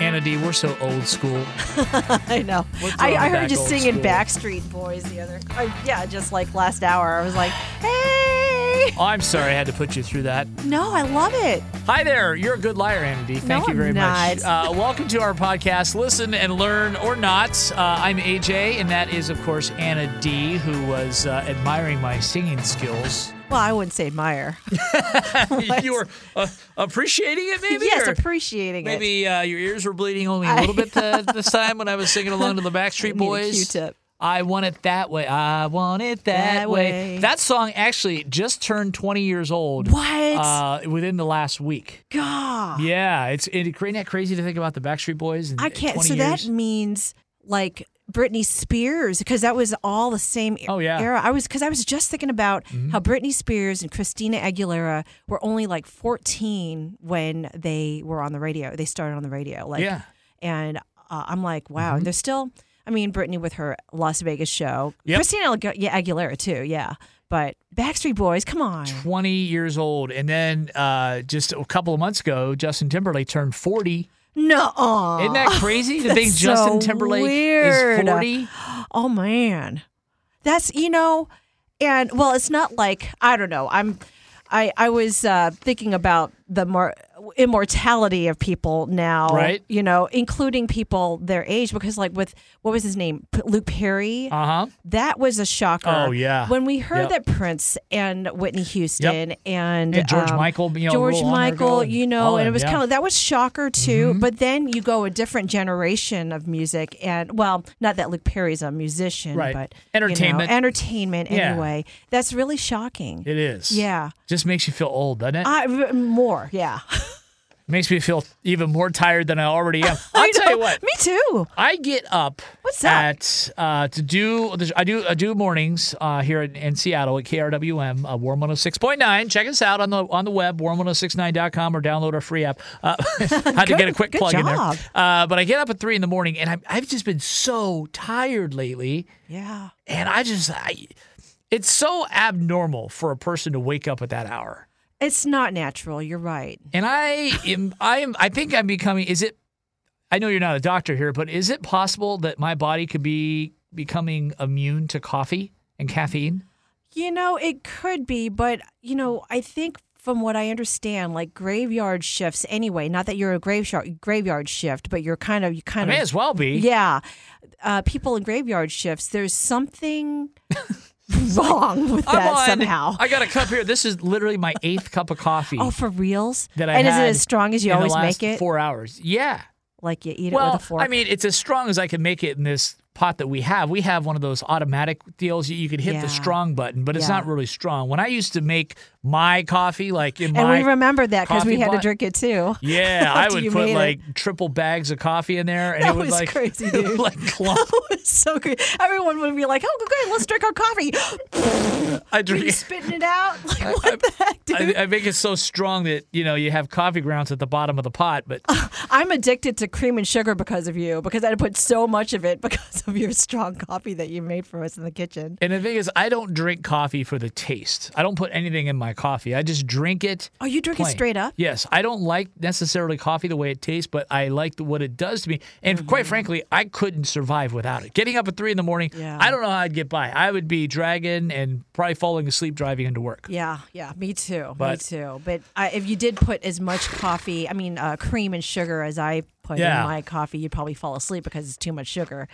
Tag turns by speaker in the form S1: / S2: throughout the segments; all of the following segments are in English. S1: Anna D, we're so old school.
S2: I know.
S1: What's
S2: I,
S1: up
S2: I
S1: with
S2: heard
S1: that
S2: you
S1: old
S2: singing
S1: school?
S2: Backstreet Boys the other. Uh, yeah, just like last hour. I was like, hey.
S1: I'm sorry I had to put you through that.
S2: No, I love it.
S1: Hi there. You're a good liar, Anna D. Thank
S2: No,
S1: you very
S2: I'm
S1: much.
S2: not.
S1: Uh, welcome to our podcast, Listen and Learn or Not. Uh, I'm AJ, and that is, of course, Anna D, who was uh, admiring my singing skills.
S2: Well, I wouldn't say admire.
S1: you were uh, appreciating it, maybe?
S2: yes,
S1: or
S2: appreciating it.
S1: Maybe uh, your ears were bleeding only a little bit th- this time when I was singing along to the Backstreet
S2: Need a
S1: Boys.
S2: Q-tip.
S1: I want it that way. I want it that,
S2: That
S1: way.
S2: way.
S1: That song actually just turned 20 years old.
S2: What?
S1: Uh, within the last week.
S2: God.
S1: Yeah, it's it, isn't that crazy to think about the Backstreet Boys? And
S2: I can't.
S1: 20
S2: So that
S1: years?
S2: means like Britney Spears because that was all the same
S1: Oh, yeah. Mm-hmm.
S2: era. I was because I was just thinking about how Britney Spears and Christina Aguilera were only like 14 when they were on the radio. They started on the radio. Like,
S1: Yeah. Mm-hmm.
S2: And uh, I'm like, wow. And they're still. I mean, Britney with her Las Vegas show.
S1: Yep.
S2: Christina Agu- yeah, Aguilera too. Yeah. But Backstreet Boys, come on.
S1: 20 years old, and then uh, just a couple of months ago, Justin Timberlake turned 40.
S2: No.
S1: Isn't that crazy to think
S2: Oh, That's
S1: Justin
S2: so
S1: Timberlake
S2: weird.
S1: is 40?
S2: Oh man, that's you know, and well, it's not like I don't know. I'm, I I was uh, thinking about the more immortality of people now,
S1: Right.
S2: You know, including people their age, because like with what was his name, P- Luke Perry.
S1: Uh huh.
S2: that was a shocker.
S1: Oh, yeah.
S2: When we
S1: Yep.
S2: heard that Prince and Whitney Houston and,
S1: And George
S2: um,
S1: Michael, you know, a
S2: George
S1: little longer ago
S2: Michael,
S1: and
S2: you know,
S1: all
S2: and it
S1: them,
S2: was
S1: yeah. Mm-hmm.
S2: kind of that was shocker too. But then you go a different generation of music, and well, not that Luke Perry's a musician,
S1: Right.
S2: but you
S1: Entertainment.
S2: know, entertainment
S1: Yeah.
S2: anyway. That's really shocking.
S1: It is.
S2: Yeah.
S1: Just makes you feel old, doesn't it?
S2: I, r- more, yeah.
S1: makes me feel even more tired than I already am. I'll tell you what.
S2: Me too.
S1: I get up.
S2: What's up?
S1: at uh, to do? I do I do mornings uh, here in, in Seattle at KRWM uh, Warm 106.9. Check us out on the on the web warm1069.com or download our free app. Uh, had to get a
S2: Good-
S1: quick
S2: good
S1: plug in there.
S2: job.
S1: Uh, but I get up at three in the morning, and I'm, I've just been so tired lately,
S2: Yeah.
S1: and I just I, it's so abnormal for a person to wake up at that hour.
S2: It's not natural. You're right.
S1: And I am I am I think I'm becoming is it I know you're not a doctor here, but is it possible that my body could be becoming immune to coffee and caffeine?
S2: You know, it could be, but you know, I think from what I understand, like graveyard shifts anyway. Not that you're a graveyard graveyard shift, but you're kind of you
S1: I
S2: kind
S1: may
S2: of
S1: as well be.
S2: yeah. Uh, people in graveyard shifts, there's something wrong with
S1: I'm
S2: that
S1: on-
S2: somehow.
S1: I got a cup here. This is literally my eighth cup of coffee
S2: oh, for reals?
S1: that I
S2: and is
S1: had
S2: it as strong as you
S1: in
S2: always
S1: the last
S2: make it?
S1: Four hours. Yeah.
S2: Like you eat it
S1: well,
S2: with a fork?
S1: I mean, it's as strong as I can make it in this pot that we have. We have one of those automatic deals. You- You could hit
S2: Yeah.
S1: the strong button, but it's
S2: Yeah.
S1: not really strong. When I used to make my coffee, like in
S2: and
S1: my
S2: we remembered that because we
S1: coffee
S2: had to
S1: pot-
S2: drink it too.
S1: Yeah, I
S2: After
S1: would
S2: you
S1: put
S2: made it.
S1: like triple bags of coffee in there, and
S2: That
S1: it would
S2: was
S1: like
S2: crazy,
S1: it would,
S2: dude.
S1: like clump.
S2: It's so good. Everyone would be like, "Oh, good, let's drink our coffee."
S1: I
S2: you
S1: drink.
S2: spitting it out? Like, what the heck, dude?
S1: I, I make it so strong that you know you have coffee grounds at the bottom of the pot, but
S2: I'm addicted to cream and sugar because of you, because I put so much of it because of your strong coffee that you made for us in the kitchen.
S1: and the thing is, I don't drink coffee for the taste. I don't put anything in my coffee. I just drink it.
S2: Oh, you drink it
S1: plain.
S2: straight up?
S1: Yes, I don't like necessarily coffee the way it tastes, but I like the, what it does to me. And
S2: Mm-hmm.
S1: quite frankly, I couldn't survive without it. Getting up at three in the morning,
S2: Yeah.
S1: I don't know how I'd get by. I would be dragging and probably falling asleep driving into work.
S2: Yeah, yeah, me too,
S1: But-
S2: me too. But I, if you did put as much coffee, I mean, uh, cream and sugar as I put
S1: Yeah.
S2: in my coffee, you'd probably fall asleep because it's too much sugar.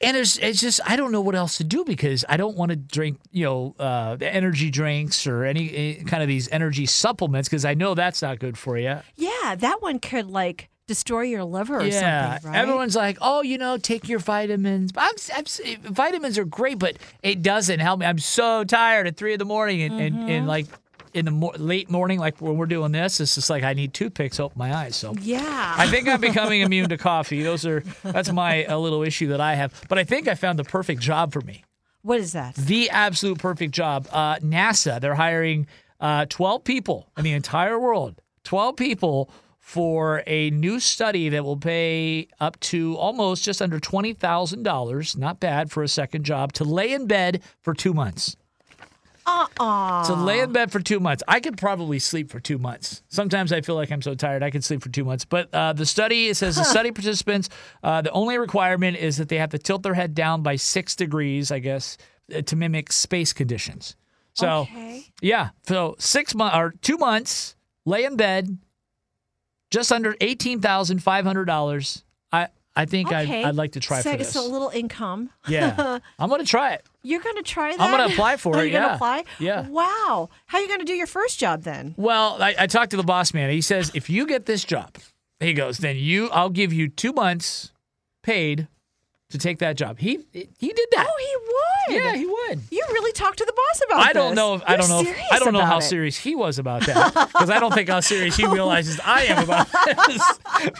S1: And it's, it's just I don't know what else to do because I don't want to drink you know uh, the energy drinks or any, eh, kind of these energy supplements because I know that's not good for you.
S2: Yeah, that one could like destroy your liver or
S1: yeah,
S2: something, right?
S1: everyone's like, oh, you know, take your vitamins. But I'm, s- I'm s- eh, vitamins are great, but it doesn't help me. I'm so tired at three in the morning and, and,
S2: Mm-hmm.
S1: and like in the mo- late morning, like when we're doing this, it's just like I need toothpicks to open my eyes. So
S2: yeah.
S1: I think I'm becoming immune to coffee. Those are that's my a little issue that I have. But I think I found the perfect job for me.
S2: what is that?
S1: the absolute perfect job. Uh, NASA, they're hiring uh, 12 people in the entire world, 12 people for a new study that will pay up to almost just under $20,000, not bad for a second job, to lay in bed for two months.
S2: Uh-uh.
S1: So lay in bed for two months. I could probably sleep for two months. Sometimes I feel like I'm so tired I could sleep for two months. But uh, the study it says the study participants, uh, the only requirement is that they have to tilt their head down by six degrees, I guess, uh, to mimic space conditions. So
S2: Okay.
S1: yeah, so six months or two months, lay in bed, just under eighteen thousand five hundred dollars. I I think
S2: Okay.
S1: I, I'd like to try
S2: so,
S1: for this.
S2: So a little income.
S1: yeah, I'm gonna try it.
S2: You're going to try that?
S1: I'm gonna apply for
S2: Are
S1: it,
S2: you going
S1: yeah.
S2: to apply?
S1: Yeah.
S2: Wow. How are you going to do your first job then?
S1: Well, I, I talked to the boss man. He says if you get this job, he goes, then you I'll give you two months paid to take that job. He he did that.
S2: Oh, he would.
S1: yeah, he would.
S2: You really talked to the boss about
S1: I don't
S2: this.
S1: know. If, I
S2: You're
S1: don't know. If,
S2: serious
S1: I don't know
S2: about
S1: how
S2: it. Oh.
S1: serious he was about that because I don't think how serious he realizes I am about this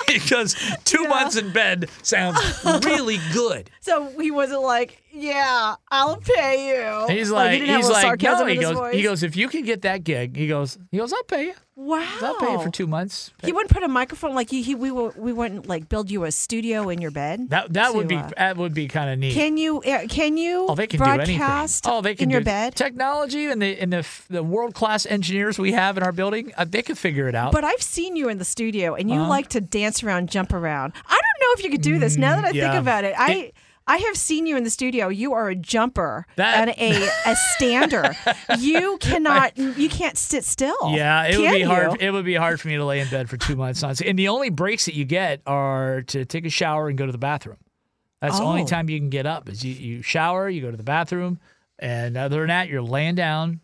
S1: because two months in bed sounds really good.
S2: So he wasn't like, "Yeah, I'll pay you."
S1: he's
S2: Oh, he
S1: like,
S2: didn't have
S1: he's
S2: a little
S1: like,
S2: sarcasm
S1: no.
S2: in
S1: He
S2: his
S1: goes,
S2: voice.
S1: he goes. If you can get that gig, he goes. He goes. I'll pay you.
S2: wow.
S1: I'll pay you for two months.
S2: Oh. He wouldn't put a microphone like he, he we wou- we wouldn't like build you a studio in your bed.
S1: That that would
S2: to,
S1: be
S2: uh,
S1: that would be kind of neat.
S2: Can you uh, can you
S1: Oh, they can
S2: broadcast
S1: do anything. Oh, they can
S2: in your
S1: do
S2: bed?
S1: Technology and the and the f- the world class engineers we have in our building, uh, they could figure it out.
S2: But I've seen you in the studio, and
S1: Uh-huh.
S2: you like to dance around, jump around. I don't know if you could do this. Now that I
S1: Mm, yeah.
S2: think about it, I. I have seen you in the studio. You are a jumper
S1: That-
S2: and a, a stander. you cannot. You can't sit still.
S1: yeah, it would
S2: Can
S1: be
S2: you?
S1: hard. It would be hard for me to lay in bed for two months. Honestly. And the only breaks that you get are to take a shower and go to the bathroom. That's the only
S2: Oh.
S1: time you can get up. Is you, you shower, you go to the bathroom, and other than that, you're laying down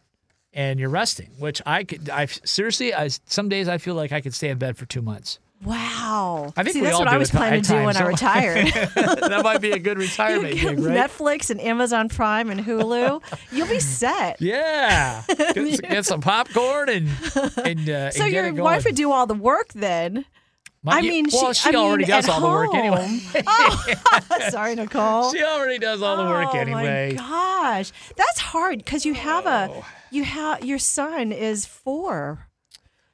S1: and you're resting. Which I could. I seriously, I some days I feel like I could stay in bed for two months.
S2: Wow.
S1: I think
S2: See,
S1: we
S2: that's
S1: all
S2: what
S1: do
S2: I was
S1: at ti-
S2: planning
S1: at
S2: to do when
S1: times,
S2: I
S1: don't we?
S2: retired.
S1: that might be a good
S2: You
S1: retirement
S2: get
S1: gig, right?
S2: Netflix and Amazon Prime and Hulu. You'll be set.
S1: Yeah, get, some- get some popcorn and and uh,
S2: So
S1: and get
S2: your
S1: it going.
S2: wife would do all the work then.
S1: My-
S2: I mean,
S1: well, she,
S2: she, I
S1: already
S2: mean,
S1: does
S2: at
S1: all the work anyway.
S2: home. oh, sorry, Nicole.
S1: She already does all the work anyway. Oh.
S2: Oh my gosh, that's hard because you have a you have your son is four.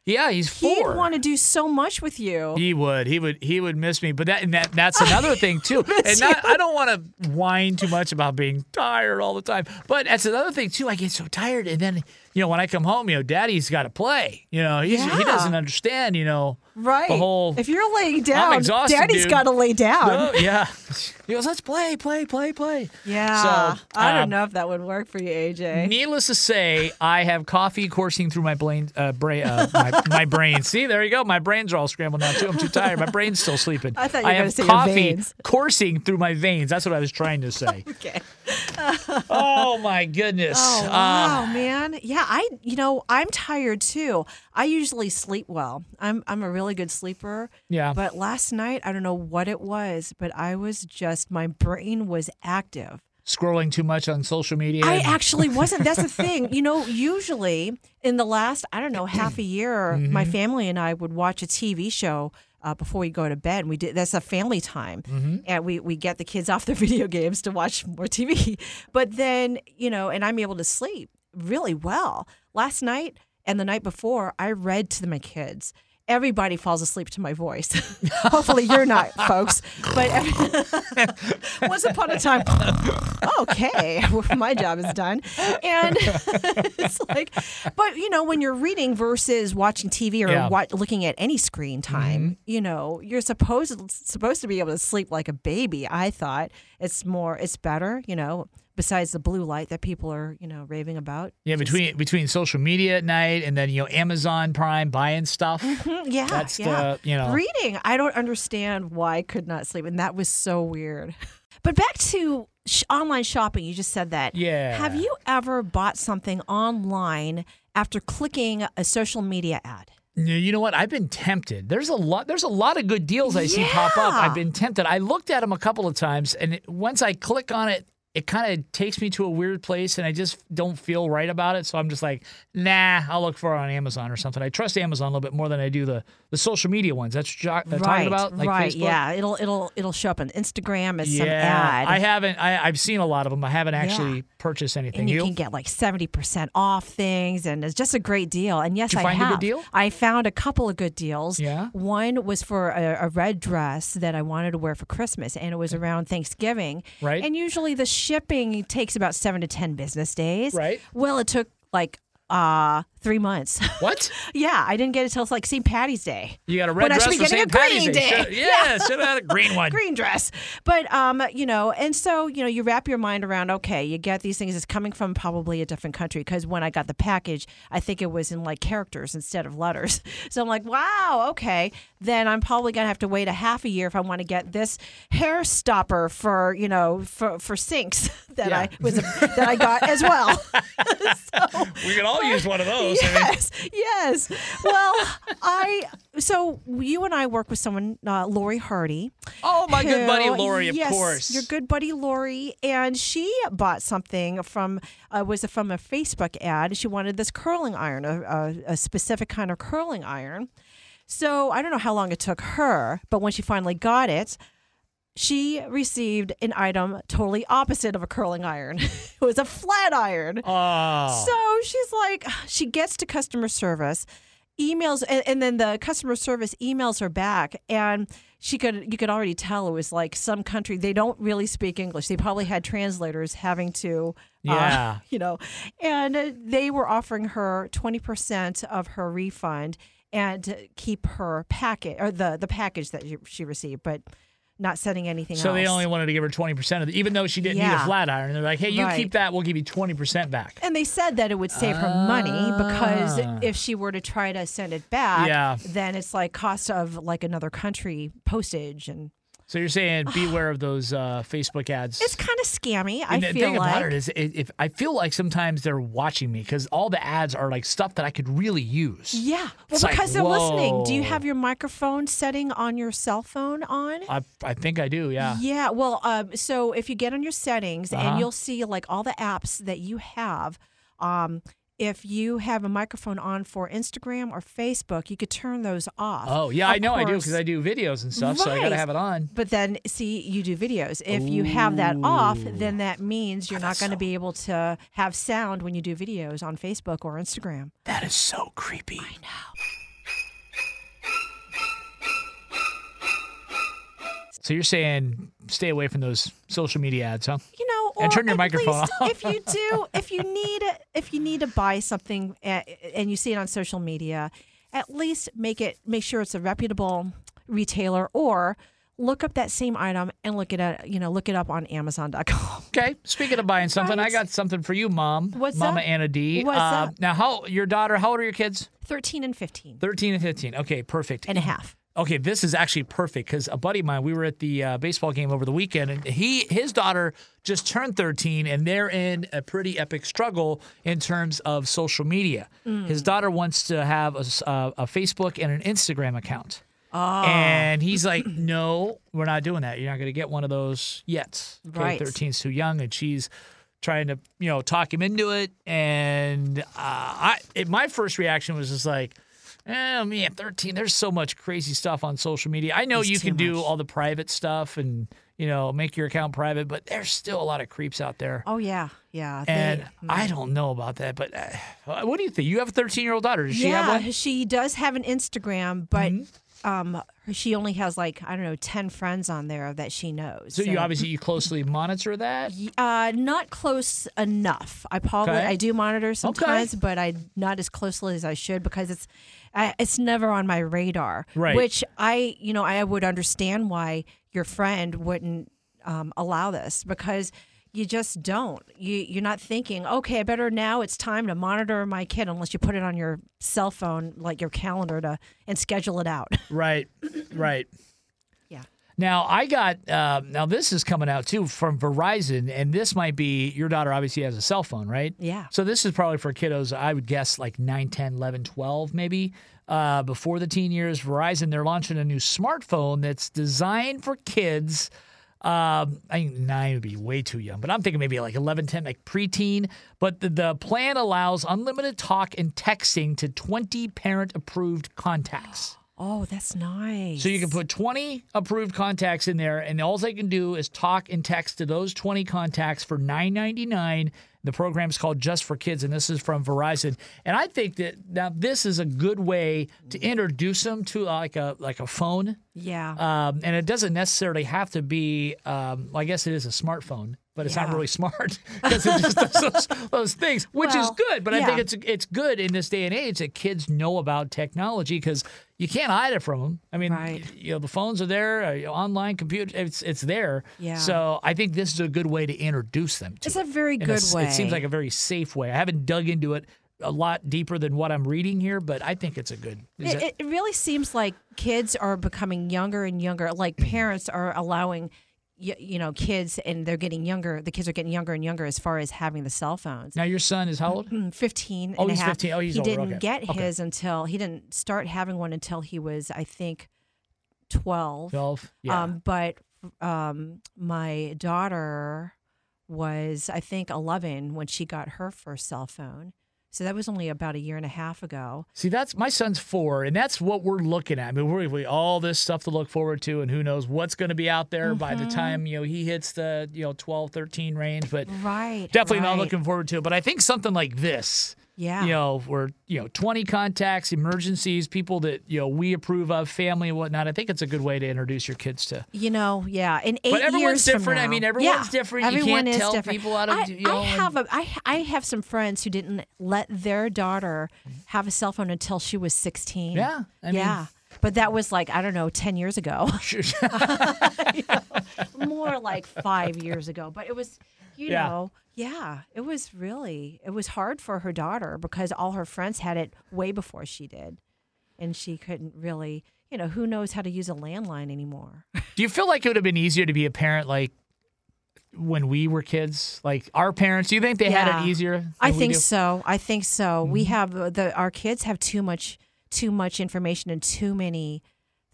S1: Yeah, he's
S2: He'd
S1: four.
S2: want to do so much with you.
S1: He would. He would. He would miss me. But that and that, that's another thing too. And
S2: miss
S1: not, I don't want to whine too much about being tired all the time. But that's another thing too. I get so tired, and then you know when I come home, you know, Daddy's got to play. You know, he's, he
S2: Yeah.
S1: doesn't understand. You know,
S2: right.
S1: The whole
S2: if you're laying down,
S1: exhausted,
S2: daddy's
S1: dude.
S2: got to lay down.
S1: Oh, yeah. He goes, let's play, play, play, play.
S2: Yeah.
S1: So,
S2: I
S1: um,
S2: don't know if that would work for you, AJ.
S1: Needless to say, I have coffee coursing through my brain. Uh, brain uh, my, my brain. See, there you go. My brains are all scrambled now too. I'm too tired. My brain's still sleeping.
S2: I thought you were
S1: have
S2: gonna say your
S1: coffee
S2: veins.
S1: coursing through my veins. That's what I was trying to say.
S2: okay.
S1: oh my goodness.
S2: Oh
S1: Uh,
S2: wow, man. Yeah, I you know, I'm tired too. I usually sleep well. I'm I'm a really good sleeper.
S1: Yeah.
S2: But last night, I don't know what it was, but I was just my brain was active.
S1: scrolling too much on social media.
S2: I actually wasn't. That's the thing. You know, usually in the last, I don't know, half a year, my family and I would watch a TV show uh, before we go to bed. We did that's a family time, and we we get the kids off their video games to watch more TV. But then you know, and I'm able to sleep really well. Last night and the night before, I read to my kids. Everybody falls asleep to my voice. Hopefully, you're not, folks. But every- once upon a time, okay, my job is done. And it's like, but you know, when you're reading versus watching TV or
S1: Yeah.
S2: wa- looking at any screen time, you know, you're supposed supposed to be able to sleep like a baby. I thought it's more, it's better, you know. Besides the blue light that people are, you know, raving about.
S1: yeah, between between social media at night and then you know Amazon Prime buying stuff.
S2: Mm, Yeah,
S1: That's
S2: yeah.
S1: the, you know.
S2: reading. I don't understand why I could not sleep, and that was so weird. But back to sh- online shopping, you just said that.
S1: Yeah.
S2: Have you ever bought something online after clicking a social media ad?
S1: Yeah, You know what? I've been tempted. There's a lot. There's a lot of good deals I see pop up.
S2: Yeah.
S1: I've been tempted. I looked at them a couple of times, and it, once I click on it, it kind of takes me to a weird place, and I just don't feel right about it. So I'm just like, nah, I'll look for it on Amazon or something. I trust Amazon a little bit more than I do the the social media ones. That's jo- I'm talking about like
S2: right.
S1: Facebook.
S2: Yeah, it'll it'll it'll show up on Instagram as
S1: Yeah,
S2: some ad.
S1: I haven't. I, I've seen a lot of them. I haven't actually purchased anything.
S2: and you, can get like 70% off things and it's just a great deal and yes
S1: you
S2: i
S1: find a good
S2: have
S1: deal?
S2: i found a couple of good deals
S1: Yeah?
S2: one was for a, a red dress that i wanted to wear for christmas and it was around thanksgiving
S1: Right.
S2: and usually the shipping takes about seven to ten business days
S1: Right.
S2: well it took like uh three months.
S1: What?
S2: yeah, I didn't get it till like St. Patty's Day.
S1: You got a
S2: When
S1: red
S2: I should
S1: dress
S2: be
S1: for St.
S2: getting a green
S1: Patty's
S2: day.
S1: Should- Yeah, should have had a green one.
S2: green dress. But um, you know, and so you know, you wrap your mind around. Okay, you get these things. It's coming from probably a different country because when I got the package, I think it was in like characters instead of letters. So I'm like, wow, okay. Then I'm probably gonna have to wait a half a year if I want to get this hair stopper for you know for for sinks that
S1: Yeah.
S2: I was that I got as well. so,
S1: We could all use one of those. I mean,
S2: Yes, yes. Well, I so you and I work with someone, uh, Lori Hardy.
S1: oh, my good buddy
S2: who-
S1: Lori, of
S2: yes,
S1: course.
S2: your good buddy Lori, and she bought something from uh, was from a Facebook ad. She wanted this curling iron, a, a, a specific kind of curling iron. So I don't know how long it took her, but when she finally got it, she received an item totally opposite of a curling iron. it was a flat iron.
S1: Oh.
S2: So she's like, she gets to customer service, emails, and, and then the customer service emails her back, and she could, you could already tell it was like some country they don't really speak English. They probably had translators having to, uh,
S1: Yeah.
S2: you know, and uh, they were offering her twenty percent of her refund and to keep her packet or the the package that she- she received, but not sending anything
S1: So
S2: else.
S1: they only wanted to give her 20% of it, even though she didn't need a
S2: Yeah.
S1: flat iron. They're like, hey, you
S2: Right.
S1: keep that, we'll give you 20% back.
S2: And they said that it would save her money because
S1: Ah.
S2: if she were to try to send it back,
S1: Yeah.
S2: then it's like cost of like another country postage, and
S1: So you're saying beware of those uh, Facebook ads.
S2: it's kind of scammy. I
S1: And the
S2: feel
S1: thing about it
S2: like.
S1: is, it, if I feel like sometimes they're watching me because all the ads are like stuff that I could really use.
S2: Yeah, well,
S1: It's like,
S2: because they're listening. Do you
S1: whoa.
S2: have your microphone setting on your cell phone on?
S1: I, I think I do. Oh, Yeah.
S2: Yeah, well, um, so if you get on your settings
S1: Uh-huh.
S2: and you'll see like all the apps that you have, um, if you have a microphone on for Instagram or Facebook, you could turn those off.
S1: Oh yeah,
S2: Of
S1: I know I do
S2: course.
S1: because I do videos and stuff, so I gotta
S2: Right.
S1: have it on.
S2: But then, see, you do videos. If you have that off, then that means you're not going to be able to have sound when you do videos on Facebook or Instagram.
S1: That is so creepy. So you're saying stay away from those social media ads, huh?
S2: You know, or
S1: And turn your
S2: at
S1: microphone
S2: least
S1: off.
S2: if you do, if you need, if you need to buy something a- and you see it on social media, at least make it make sure it's a reputable retailer or look up that same item and look it at you know look it up on Amazon.com.
S1: Okay. Speaking of buying something, I
S2: Right.
S1: got something for you, Mom.
S2: What's
S1: Mama
S2: up?
S1: Anna D.
S2: What's
S1: Uh,
S2: up?
S1: Now, how your daughter? How old are your kids?
S2: Thirteen and fifteen
S1: Thirteen and fifteen. Okay, perfect.
S2: and a half.
S1: Okay, this is actually perfect because a buddy of mine, we were at the uh, baseball game over the weekend, and he his daughter just turned 13, and they're in a pretty epic struggle in terms of social media. His daughter wants to have a, s- uh, a Facebook and an Instagram account, and he's like, "No, we're not doing that. You're not going to get one of those yet. Okay,
S2: Right.
S1: 13's too young," and she's trying to you know talk him into it, and uh, I it, my first reaction was just like. Oh man, thirteen. There's so much crazy stuff on social media. I know
S2: It's
S1: you
S2: too
S1: can do
S2: much.
S1: all the private stuff and you know make your account private, but there's still a lot of creeps out there.
S2: Oh yeah, yeah. they-
S1: and I don't know about that, but uh, what do you think? You have a 13 year old daughter. Does she
S2: yeah,
S1: have one? Mm-hmm.
S2: she does have an Instagram, but um, she only has like I don't know ten friends on there that she knows.
S1: So you
S2: And,
S1: obviously you closely monitor that.
S2: uh, not close enough. I probably
S1: Okay.
S2: I do monitor sometimes, but I not as closely as I should because it's I, it's never on my radar.
S1: Right.
S2: Which I you know I would understand why your friend wouldn't um, allow this because. You just don't. You you're not thinking. Okay, I better now. It's time to monitor my kid, unless you put it on your cell phone, like your calendar, to and schedule it out.
S1: Right, right.
S2: Yeah.
S1: Now I got uh, now this is coming out too from Verizon, and this might be your daughter. Obviously has a cell phone, right?
S2: Yeah.
S1: So this is probably for kiddos. I would guess like 9, 10, 11, 12 maybe uh, before the teen years. Verizon they're launching a new smartphone that's designed for kids. Um, I think nine would be way too young, but I'm thinking maybe like 11, 10, like preteen. But the, the plan allows unlimited talk and texting to 20 parent approved contacts.
S2: Oh, that's nice.
S1: So you can put 20 approved contacts in there, and all they can do is talk and text to those 20 contacts for $9.99. The program's called Just for Kids, and this is from Verizon. And I think that now this is a good way to introduce them to uh, like a like a phone,
S2: yeah.
S1: uh, um, and it doesn't necessarily have to be. Um, well, I guess it is a smartphone. but it's not
S2: Yeah.
S1: really smart because it just does those, those things, which is
S2: Well,
S1: good. But I
S2: yeah.
S1: think it's it's good in this day and age that kids know about technology because you can't hide it from them. I mean,
S2: Right.
S1: you know, the phones are there, uh, you know, online computer, it's it's there.
S2: Yeah.
S1: So I think this is a good way to introduce them to.
S2: It's
S1: it.
S2: a very
S1: And
S2: good
S1: it's-
S2: way.
S1: It seems like a very safe way. I haven't dug into it a lot deeper than what I'm reading here, but I think it's a good. is
S2: It, it really seems like kids are becoming younger and younger. Like
S1: Mm.
S2: parents are allowing, y- you know, kids and they're getting younger. The kids are getting younger and younger as far as having the cell phones.
S1: now your son is how old?
S2: Mm, 15
S1: Oh,
S2: and
S1: he's
S2: a half.
S1: 15. Oh, he's
S2: he
S1: older.
S2: didn't
S1: Okay.
S2: get
S1: Okay.
S2: his until he didn't start having one until he was, I think, 12.
S1: Twelve. Yeah.
S2: Um, but um, my daughter was, I think, 11 when she got her first cell phone. So that was only about a year and a half ago.
S1: See, that's my son's four, and that's what we're looking at. I mean, we're, we all this stuff to look forward to, and who knows what's going to be out there by
S2: Mm-hmm.
S1: the time you know he hits the you know 12, 13 range. But
S2: Right.
S1: definitely not
S2: right.
S1: looking forward to it. But I think something like this,
S2: Yeah.
S1: you know, where you know twenty contacts, emergencies, people that you know we approve of, family and whatnot. I think it's a good way to introduce your kids to.
S2: You know, yeah. In eight
S1: But everyone's
S2: years from
S1: different. I
S2: now-
S1: mean,
S2: Yeah,
S1: everyone's different. You
S2: Everyone
S1: can't
S2: is
S1: tell
S2: different.
S1: people how to
S2: I,
S1: do- you know,
S2: I
S1: and-
S2: have a, I, I have some friends who didn't let their daughter have a cell phone until she was sixteen.
S1: Yeah, I mean-
S2: yeah. But that was like I don't know, ten years ago,
S1: Sure.
S2: more like five years ago. But it was, you
S1: Yeah.
S2: know, yeah, it was really it was hard for her daughter because all her friends had it way before she did, and she couldn't really, you know, who knows how to use a landline anymore.
S1: Do you feel like it would have been easier to be a parent like when we were kids? Like our parents, do you think they had
S2: Yeah.
S1: it easier? than
S2: I
S1: we
S2: think
S1: do? Mm-hmm.
S2: so. I think so. We have uh, the our kids have too much too much information and too many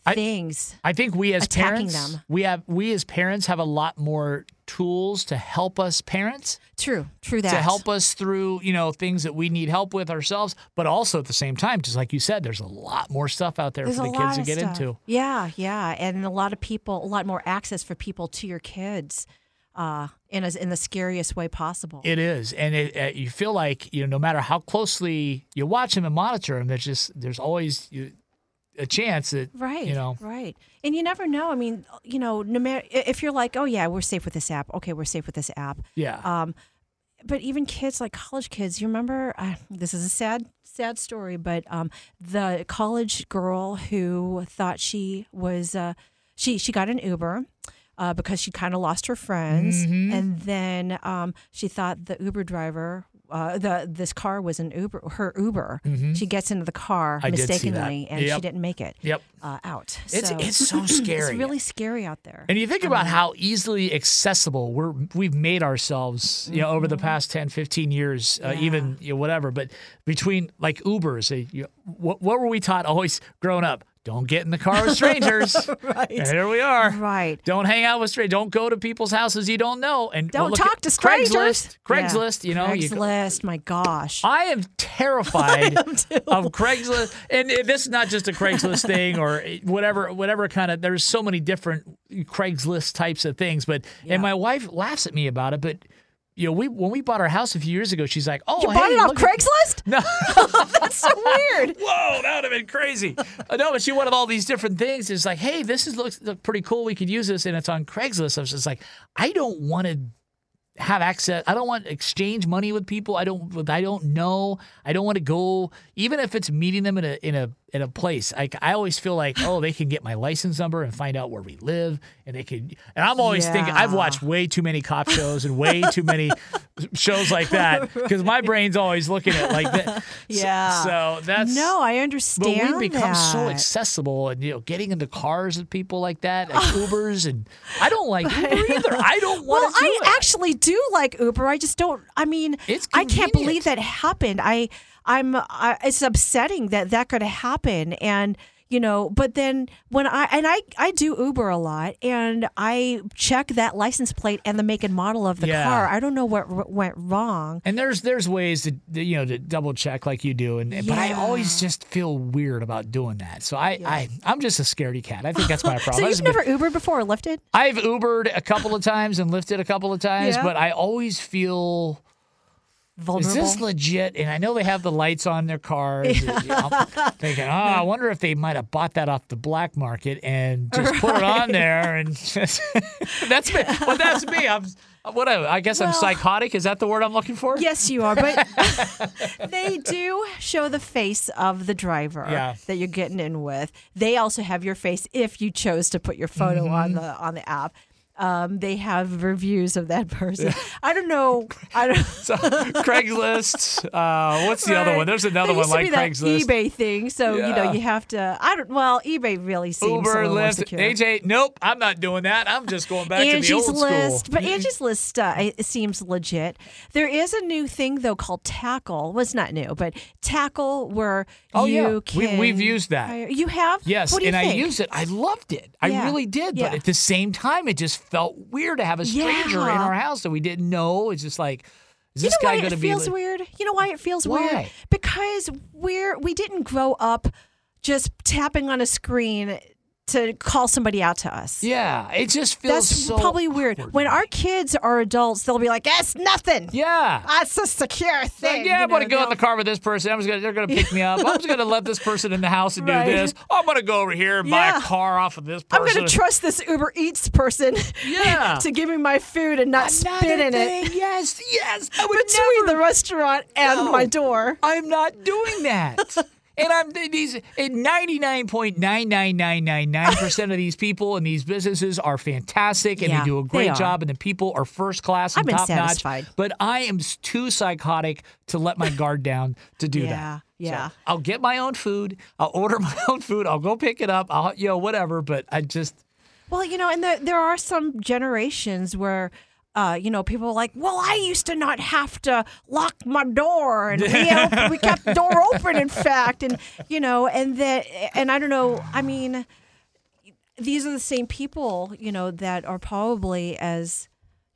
S1: I-
S2: things.
S1: I think we as
S2: Attacking
S1: parents,
S2: them.
S1: we have we as parents have a lot more tools to help us parents
S2: True. True that.
S1: to help us through you know things that we need help with ourselves, but also at the same time, just like you said, there's a lot more stuff out there
S2: There's
S1: for the
S2: a lot
S1: kids to
S2: of
S1: get
S2: stuff.
S1: into.
S2: Yeah, yeah, and a lot of people, a lot more access for people to your kids, uh, in a, in the scariest way possible.
S1: It is, and it, uh, you feel like you know, no matter how closely you watch them and monitor them, there's just there's always you, a chance that
S2: Right.
S1: you know
S2: Right. And you never know. I mean, you know, no matter if you're like, oh yeah, we're safe with this app. Okay, we're safe with this app.
S1: yeah.
S2: Um, but even kids like college kids, you remember uh, this is a sad, sad story, but um, the college girl who thought she was uh, she she got an Uber. Uh, because she kind of lost her friends,
S1: Mm-hmm.
S2: and then um, she thought the Uber driver, uh, the this car was an Uber, her Uber. She gets into the car
S1: Mm-hmm. I did see that.
S2: mistakenly, and
S1: Yep.
S2: she didn't make it
S1: Yep.
S2: uh, out.
S1: It's
S2: so
S1: it's so
S2: it's
S1: scary.
S2: really scary out there.
S1: And you think about
S2: Uh-huh.
S1: how easily accessible we're we've made ourselves, you know, over
S2: Mm-hmm.
S1: the past 10, 15 years, uh, even you know, whatever. But between like Ubers, uh, you, what, what were we taught always growing up? Don't get in the car with strangers. right. And here we are.
S2: Right.
S1: Don't hang out with strangers. Don't go to people's houses you don't know. And well,
S2: Don't
S1: look
S2: talk
S1: at
S2: to strangers.
S1: Craigslist.
S2: Yeah.
S1: Craigslist. You know. You go- Oh,
S2: Craigslist. my gosh.
S1: I am terrified of Craigslist, and it- this is not just a Craigslist thing or whatever, whatever kind of. There's so many different Craigslist types of things, but and my wife laughs at me about it. But you know, we when we bought our house a few years ago, she's like, "Oh,
S2: You bought
S1: hey,
S2: it off
S1: look-
S2: Craigslist?
S1: No,
S2: That's so weird.
S1: whoa, that would have been crazy. Uh, no, but she wanted all these different things. It's like, hey, this is looks look pretty cool. We could use this, and it's on Craigslist. I was just like, I don't want to have access. I don't want to exchange money with people. I don't. with- I don't know. I don't want to go, even if it's meeting them in a in a in a place. Like I always feel like, oh, they can get my license number and find out where we live, and they could. And I'm always thinking, I've
S2: Yeah.
S1: watched way too many cop shows and way too many shows like that because my brain's always looking at like that.
S2: Yeah.
S1: So, so that's
S2: No, I
S1: but
S2: understand.
S1: we've become so
S2: that.
S1: accessible, and you know, getting into cars with people like that, like Ubers, and I don't like Uber either. I don't
S2: Well,
S1: want to do
S2: I
S1: it.
S2: actually do like Uber. I just don't. I mean,
S1: It's
S2: I can't
S1: convenient.
S2: believe that happened. I, I'm. I, it's upsetting that that could happen. And you know, but then when I and I, I do Uber a lot, and I check that license plate and the make and model of the
S1: Yeah.
S2: car. I don't know what r- went wrong.
S1: and there's there's ways to you know to double check like you do, and but I always just feel weird about doing that. So I I I'm just a scaredy cat. I think that's my problem.
S2: So
S1: I
S2: you've
S1: just admit-
S2: never Ubered before or lifted?
S1: I've Ubered a couple of times and lifted a couple of times,
S2: Yeah.
S1: but I always feel Is
S2: vulnerable.
S1: this legit? And I know they have the lights on their cars. I'm thinking, oh, I wonder if they might have bought that off the black market and just put it on there. And just, that's me. Well, that's me. I'm what? I, I guess I'm
S2: Well-
S1: psychotic. Is that the word I'm looking for?
S2: Yes, you are, but they do show the face of the driver
S1: Yeah.
S2: that you're getting in with. They also have your face if you chose to put your photo on
S1: Mm-hmm.
S2: the on the app. Um, they have reviews of that person. I don't know. I don't.
S1: So, Craigslist. Uh, what's the other
S2: Right.
S1: one? There's another
S2: There
S1: one
S2: used to
S1: like
S2: be that
S1: Craigslist.
S2: eBay thing. So you
S1: Yeah.
S2: know you have to. I don't. Well, eBay really seems a
S1: Uber,
S2: little more
S1: Lyft,
S2: secure.
S1: AJ. Nope, I'm not doing that. I'm just going back to the
S2: Angie's
S1: old
S2: List,
S1: school.
S2: but Angie's List uh, it seems legit. There is a new thing though called Tackle. Well, it's not new, but Tackle, where
S1: Oh,
S2: you
S1: yeah. We-
S2: can
S1: we've used that.
S2: hire- You have
S1: Yes,
S2: What do you
S1: and I
S2: think?
S1: used it. I loved it. I
S2: Yeah.
S1: really did. But
S2: Yeah.
S1: at the same time, it just felt weird to have a stranger in
S2: Yeah.
S1: our house that we didn't know. It's just like, is
S2: You
S1: this
S2: know why
S1: guy going to
S2: it
S1: be?
S2: feels
S1: like-
S2: weird? You know why it feels weird?
S1: Why?
S2: Because we're we didn't grow up just tapping on a screen to call somebody out to us.
S1: Yeah, it just feels
S2: That's
S1: so
S2: probably weird.
S1: awkward.
S2: When our kids are adults, they'll be like, "That's nothing.
S1: yeah.
S2: That's a secure thing."
S1: Like, yeah,
S2: you
S1: I'm gonna
S2: know,
S1: go in
S2: they'll-
S1: the car with this person. I'm just gonna, they're gonna pick me up. I'm just gonna let this person in the house and
S2: Right.
S1: do this. Oh, I'm gonna go over here and buy a
S2: Yeah.
S1: car off of this
S2: I'm
S1: person.
S2: going to trust this Uber Eats person
S1: Yeah.
S2: to give me my food and not spit
S1: Another
S2: in it
S1: thing, Yes, yes. I would
S2: between the restaurant and
S1: No.
S2: my door.
S1: I'm not doing that. and I'm these and 99.99999% of these people and these businesses are fantastic and they
S2: Yeah,
S1: do a
S2: they
S1: great
S2: are.
S1: job and the people are first class and
S2: I've been
S1: top
S2: satisfied.
S1: notch. But I am s- too psychotic to let my guard down to do
S2: Yeah,
S1: that.
S2: yeah.
S1: So I'll get my own food. I'll order my own food. I'll go pick it up. I'll you know whatever, but I just
S2: Well, you know, and there, there are some generations where. Uh, you know, people are like, well, I used to not have to lock my door, and we, op- we kept the door open. In fact, and you know, and that, and I don't know. I mean, these are the same people, you know, that are probably as,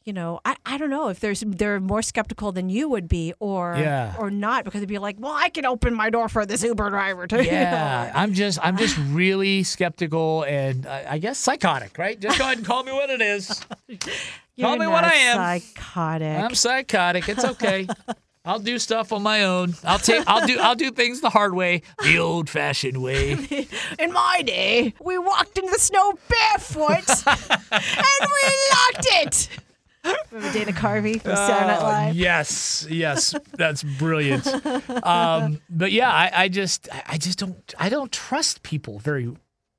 S2: you know, I, I don't know if there's they're more skeptical than you would be, or
S1: Yeah.
S2: or not, because they'd be like, well, I can open my door for this Uber driver to
S1: Yeah, I'm just I'm just really skeptical and uh, I, I guess psychotic, right? Just go ahead and call me what it is. Call
S2: You're
S1: me what
S2: not
S1: I am.
S2: Psychotic.
S1: I'm psychotic. It's okay. I'll do stuff on my own. I'll take. I'll do. I'll do things the hard way, the old-fashioned way.
S2: In my day, we walked into the snow barefoot and we locked it. Remember Dana Carvey from Saturday
S1: Oh,
S2: Night Live?
S1: yes, yes, that's brilliant. Um, but yeah, I, I just, I- I just don't, I don't trust people very,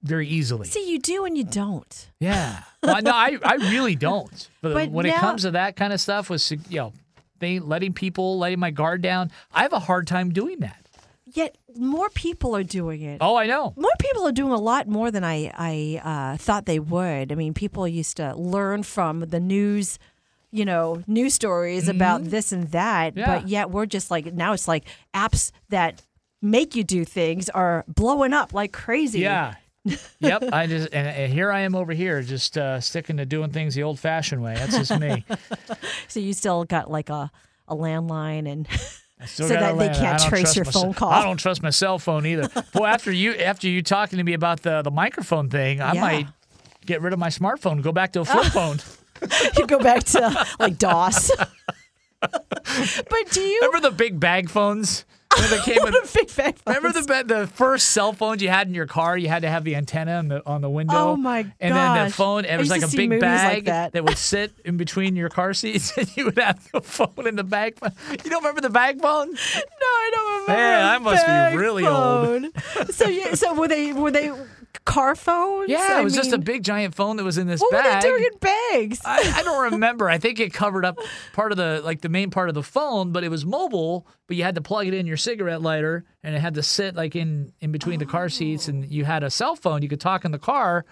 S1: very easily.
S2: See, you do and you don't.
S1: Yeah. Well, no, I, I really don't. But,
S2: But
S1: when it
S2: now-
S1: comes to that kind of stuff, with you know, they letting people, letting my guard down, I have a hard time doing that.
S2: Yet more people are doing it.
S1: Oh, I know.
S2: More people are doing a lot more than I, I uh, thought they would. I mean, people used to learn from the news, you know, news stories about this and that.
S1: Mm-hmm. Yeah.
S2: But yet we're just like, now it's like apps that make you do things are blowing up like crazy.
S1: Yeah. yep. I just and, and here I am over here, just uh, sticking to doing things the old-fashioned way. That's just me.
S2: So you still got like a, a landline and
S1: I still
S2: So
S1: gotta
S2: that they
S1: learn. I
S2: can't
S1: don't
S2: trace
S1: trust
S2: your
S1: my
S2: phone
S1: cell-
S2: call.
S1: I don't trust my cell phone either. Boy, after you after you talking to me about the the microphone thing, I
S2: Yeah.
S1: might get rid of my smartphone, and go back to a flip phone.
S2: you go back to like DOS. but do you
S1: Remember the big bag phones? When they came with,
S2: big fat
S1: Remember the be- the first cell phones you had in your car? You had to have the antenna on the on the window.
S2: Oh, my
S1: And then the
S2: gosh.
S1: phone. It
S2: I
S1: was
S2: used
S1: like
S2: to
S1: a
S2: see
S1: big
S2: movies
S1: bag
S2: like that.
S1: would sit in between your car seats, and you would have the phone in the bag. phone. You don't remember the bag phone?
S2: No, I don't remember.
S1: Man,
S2: a
S1: I must be
S2: bag
S1: really
S2: phone. so you, so were they were they car phones?
S1: Yeah,
S2: I
S1: it was just a
S2: mean,
S1: big giant phone that was in this
S2: What
S1: bag.
S2: were they doing in bags?
S1: I, I don't remember. I think it covered up part of the like the main part of the phone, but it was mobile. But you had to plug it in your cigarette lighter, and it had to sit like in in between the car seats. And you had a cell phone. You could talk in the car.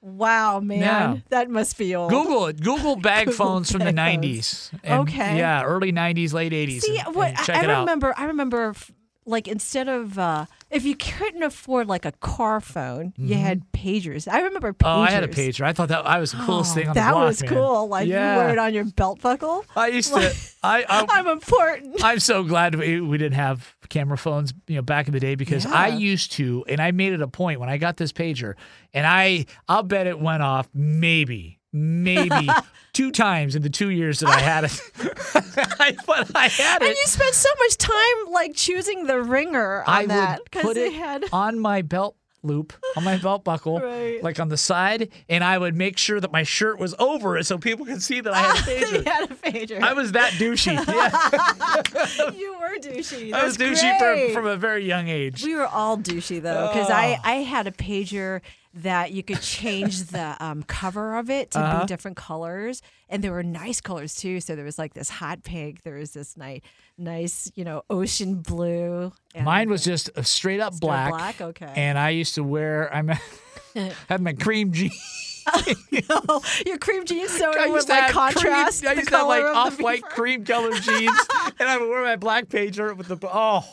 S2: Wow, man,
S1: Yeah.
S2: that must be old.
S1: Google it. Google bag phones from the
S2: bag phones.
S1: nineties. And,
S2: Okay.
S1: Yeah, early nineties, late eighties.
S2: See,
S1: and,
S2: what
S1: and check
S2: I,
S1: it
S2: I
S1: out.
S2: remember, I remember, f- like instead of uh, if you couldn't afford like a car phone, you had pagers. I remember pagers.
S1: Mm-hmm. Oh, I had a pager. I thought that I was the coolest thing on the
S2: Oh, that
S1: block.
S2: was
S1: man.
S2: cool. Like
S1: Yeah.
S2: you wear it on your belt buckle.
S1: I used to. I, I
S2: I'm important.
S1: I'm so glad we, we didn't have camera phones, you know, back in the day because I
S2: Yeah.
S1: used to, and I made it a point when I got this pager, and I I'll bet it went off maybe maybe two times in the two years that I had it. but I had
S2: And
S1: it.
S2: you spent so much time like choosing the ringer on
S1: I
S2: that
S1: would put
S2: they
S1: it
S2: had.
S1: on my belt loop, on my belt buckle,
S2: Right.
S1: like on the side, and I would make sure that my shirt was over it so people could see that I had a
S2: they
S1: pager.
S2: had a pager.
S1: I was that douchey. Yeah,
S2: you were douchey.
S1: I was
S2: That's
S1: douchey
S2: great.
S1: from, from a very young age.
S2: We were all douchey though, because I, I had a pager that you could change the um, cover of it to
S1: Uh-huh.
S2: be different colors, and there were nice colors too. So there was like this hot pink, there was this nice, nice you know ocean blue. and-
S1: Mine was just a straight up black.
S2: black, okay.
S1: And I used to wear, I mean, had my cream jeans.
S2: oh, your cream jeans
S1: I
S2: sewing
S1: used
S2: with
S1: to
S2: like
S1: have
S2: contrast.
S1: Cream, I
S2: the
S1: used to have
S2: color
S1: like
S2: of the
S1: off white
S2: beaver.
S1: cream colored jeans, and I would wear my black pager with the oh.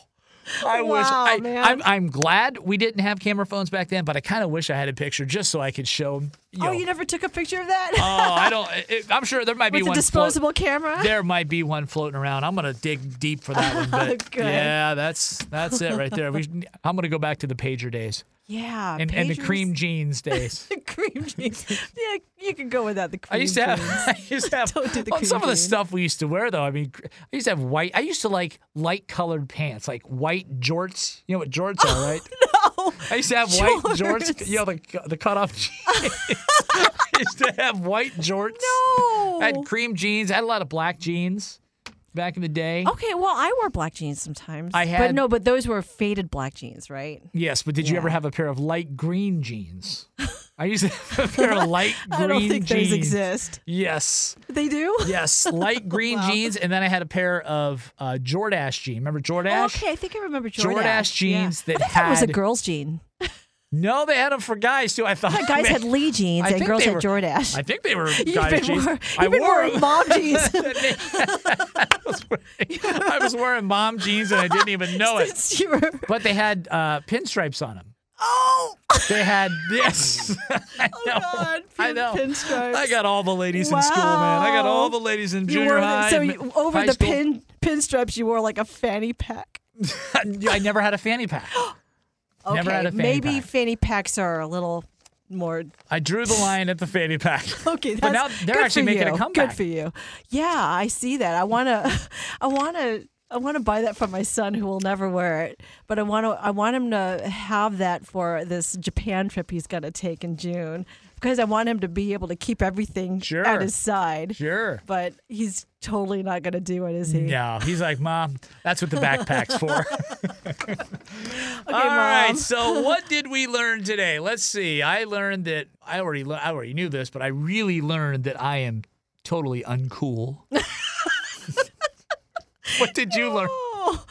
S1: I wish
S2: Wow,
S1: I,
S2: man.
S1: I'm, I'm glad we didn't have camera phones back then, but I kind of wish I had a picture just so I could show. You
S2: Oh,
S1: know,
S2: you never took a picture of that
S1: oh, I don't. It, I'm sure there might be
S2: with a
S1: one. float-
S2: disposable camera.
S1: there might be one floating around. I'm gonna dig deep for that one. But
S2: Good.
S1: yeah, that's that's it right there. We, I'm gonna go back to the pager days
S2: yeah,
S1: and, and the
S2: pagers.
S1: cream jeans days.
S2: The cream jeans. Yeah, you could go without the cream
S1: I used to have,
S2: jeans.
S1: I used to have
S2: Don't do the
S1: well, some of the
S2: cream jean.
S1: stuff we used to wear though. I mean, cr- I used to have white. I used to like light colored pants, like white jorts. You know what jorts are, right?
S2: No.
S1: I used to have white jorts.
S2: Jorts.
S1: You know the the cutoff jeans. I used to have white jorts.
S2: No.
S1: I had cream jeans. I had a lot of black jeans back in the day.
S2: Okay, well, I wore black jeans sometimes.
S1: I
S2: but
S1: had-
S2: no, but those were faded black jeans, right?
S1: Yes, but did you ever
S2: Yeah.
S1: have a pair of light green jeans? I used to have a pair of light green
S2: I don't think
S1: jeans.
S2: those exist.
S1: Yes.
S2: They do.
S1: Yes, light green jeans, and then I had a pair of uh, Jordache jeans. Remember Jordache?
S2: Oh, okay, I think I remember Jordache.
S1: Jordache jeans
S2: yeah.
S1: that
S2: I think that was a
S1: had-
S2: girl's jean.
S1: No, they had them for guys too. I thought
S2: Guys had Lee jeans
S1: I
S2: and
S1: think
S2: girls
S1: they
S2: had
S1: were-
S2: Jordache.
S1: I think they were
S2: You've
S1: guys
S2: been,
S1: jeans.
S2: wore-
S1: I
S2: you've been
S1: wore
S2: wearing
S1: 'em.
S2: mom jeans.
S1: I was wearing mom jeans and I didn't even know it.
S2: since you were.
S1: But they had uh, pinstripes on them.
S2: Oh,
S1: They had this. I know.
S2: God,
S1: I know.
S2: pinstripes.
S1: I got all the ladies in school, man. I got all the
S2: Wow.
S1: ladies in
S2: you
S1: junior
S2: wore them-
S1: high.
S2: so
S1: and
S2: you, over
S1: high
S2: the
S1: school.
S2: pin pinstripes, you wore like a fanny pack.
S1: I never had a fanny pack.
S2: Okay,
S1: Never had a fanny
S2: maybe
S1: pack.
S2: fanny packs are a little more
S1: I drew the line at the fanny pack.
S2: Okay, that's
S1: But now they're
S2: good
S1: actually
S2: for
S1: making a
S2: you.
S1: comeback.
S2: Good for you. Yeah, I see that. I wanna, I wanna, I wanna buy that for my son who will never wear it. But I wanna, I want him to have that for this Japan trip he's gonna take in June because I want him to be able to keep everything
S1: Sure.
S2: at his side.
S1: Sure.
S2: But he's totally not gonna do it, is he?
S1: No, he's like, Mom, that's what the backpack's for.
S2: Okay,
S1: All right.
S2: Mom.
S1: so what did we learn today? Let's see. I learned that I already le- I already knew this, but I really learned that I am totally uncool. what did you learn?
S2: Oh,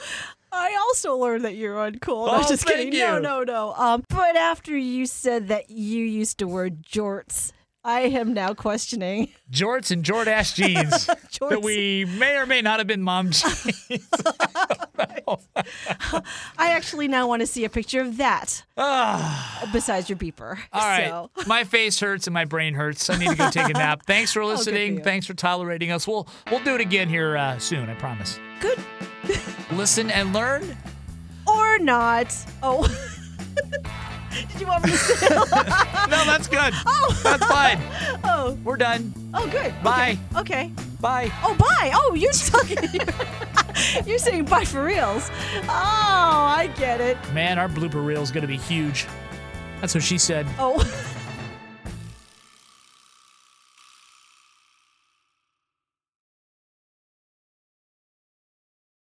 S2: I also learned that you're uncool. No,
S1: Oh,
S2: I'm just
S1: thank
S2: kidding. No,
S1: you.
S2: no, no. Um, but after you said that you used to wear jorts, I am now questioning
S1: Jorts and Jordache jeans that
S2: jorts.
S1: we may or may not have been mom jeans.
S2: I actually now want to see a picture of that
S1: Ah,
S2: besides your beeper.
S1: all right.
S2: So,
S1: My face hurts and my brain hurts. I need to go take a nap. Thanks for listening.
S2: you.
S1: Thanks for tolerating us. We'll we'll do it again here uh, soon, I promise.
S2: good
S1: Listen and learn.
S2: or not. Oh. Did you want me to say?
S1: No, that's good. That's fine.
S2: Oh,
S1: We're done.
S2: oh, good.
S1: Bye.
S2: Okay. okay.
S1: Bye.
S2: Oh, bye. Oh, you're talking. you're saying bye for reals. Oh, I get it.
S1: Man, our blooper reel is going to be huge. That's what she said.
S2: Oh.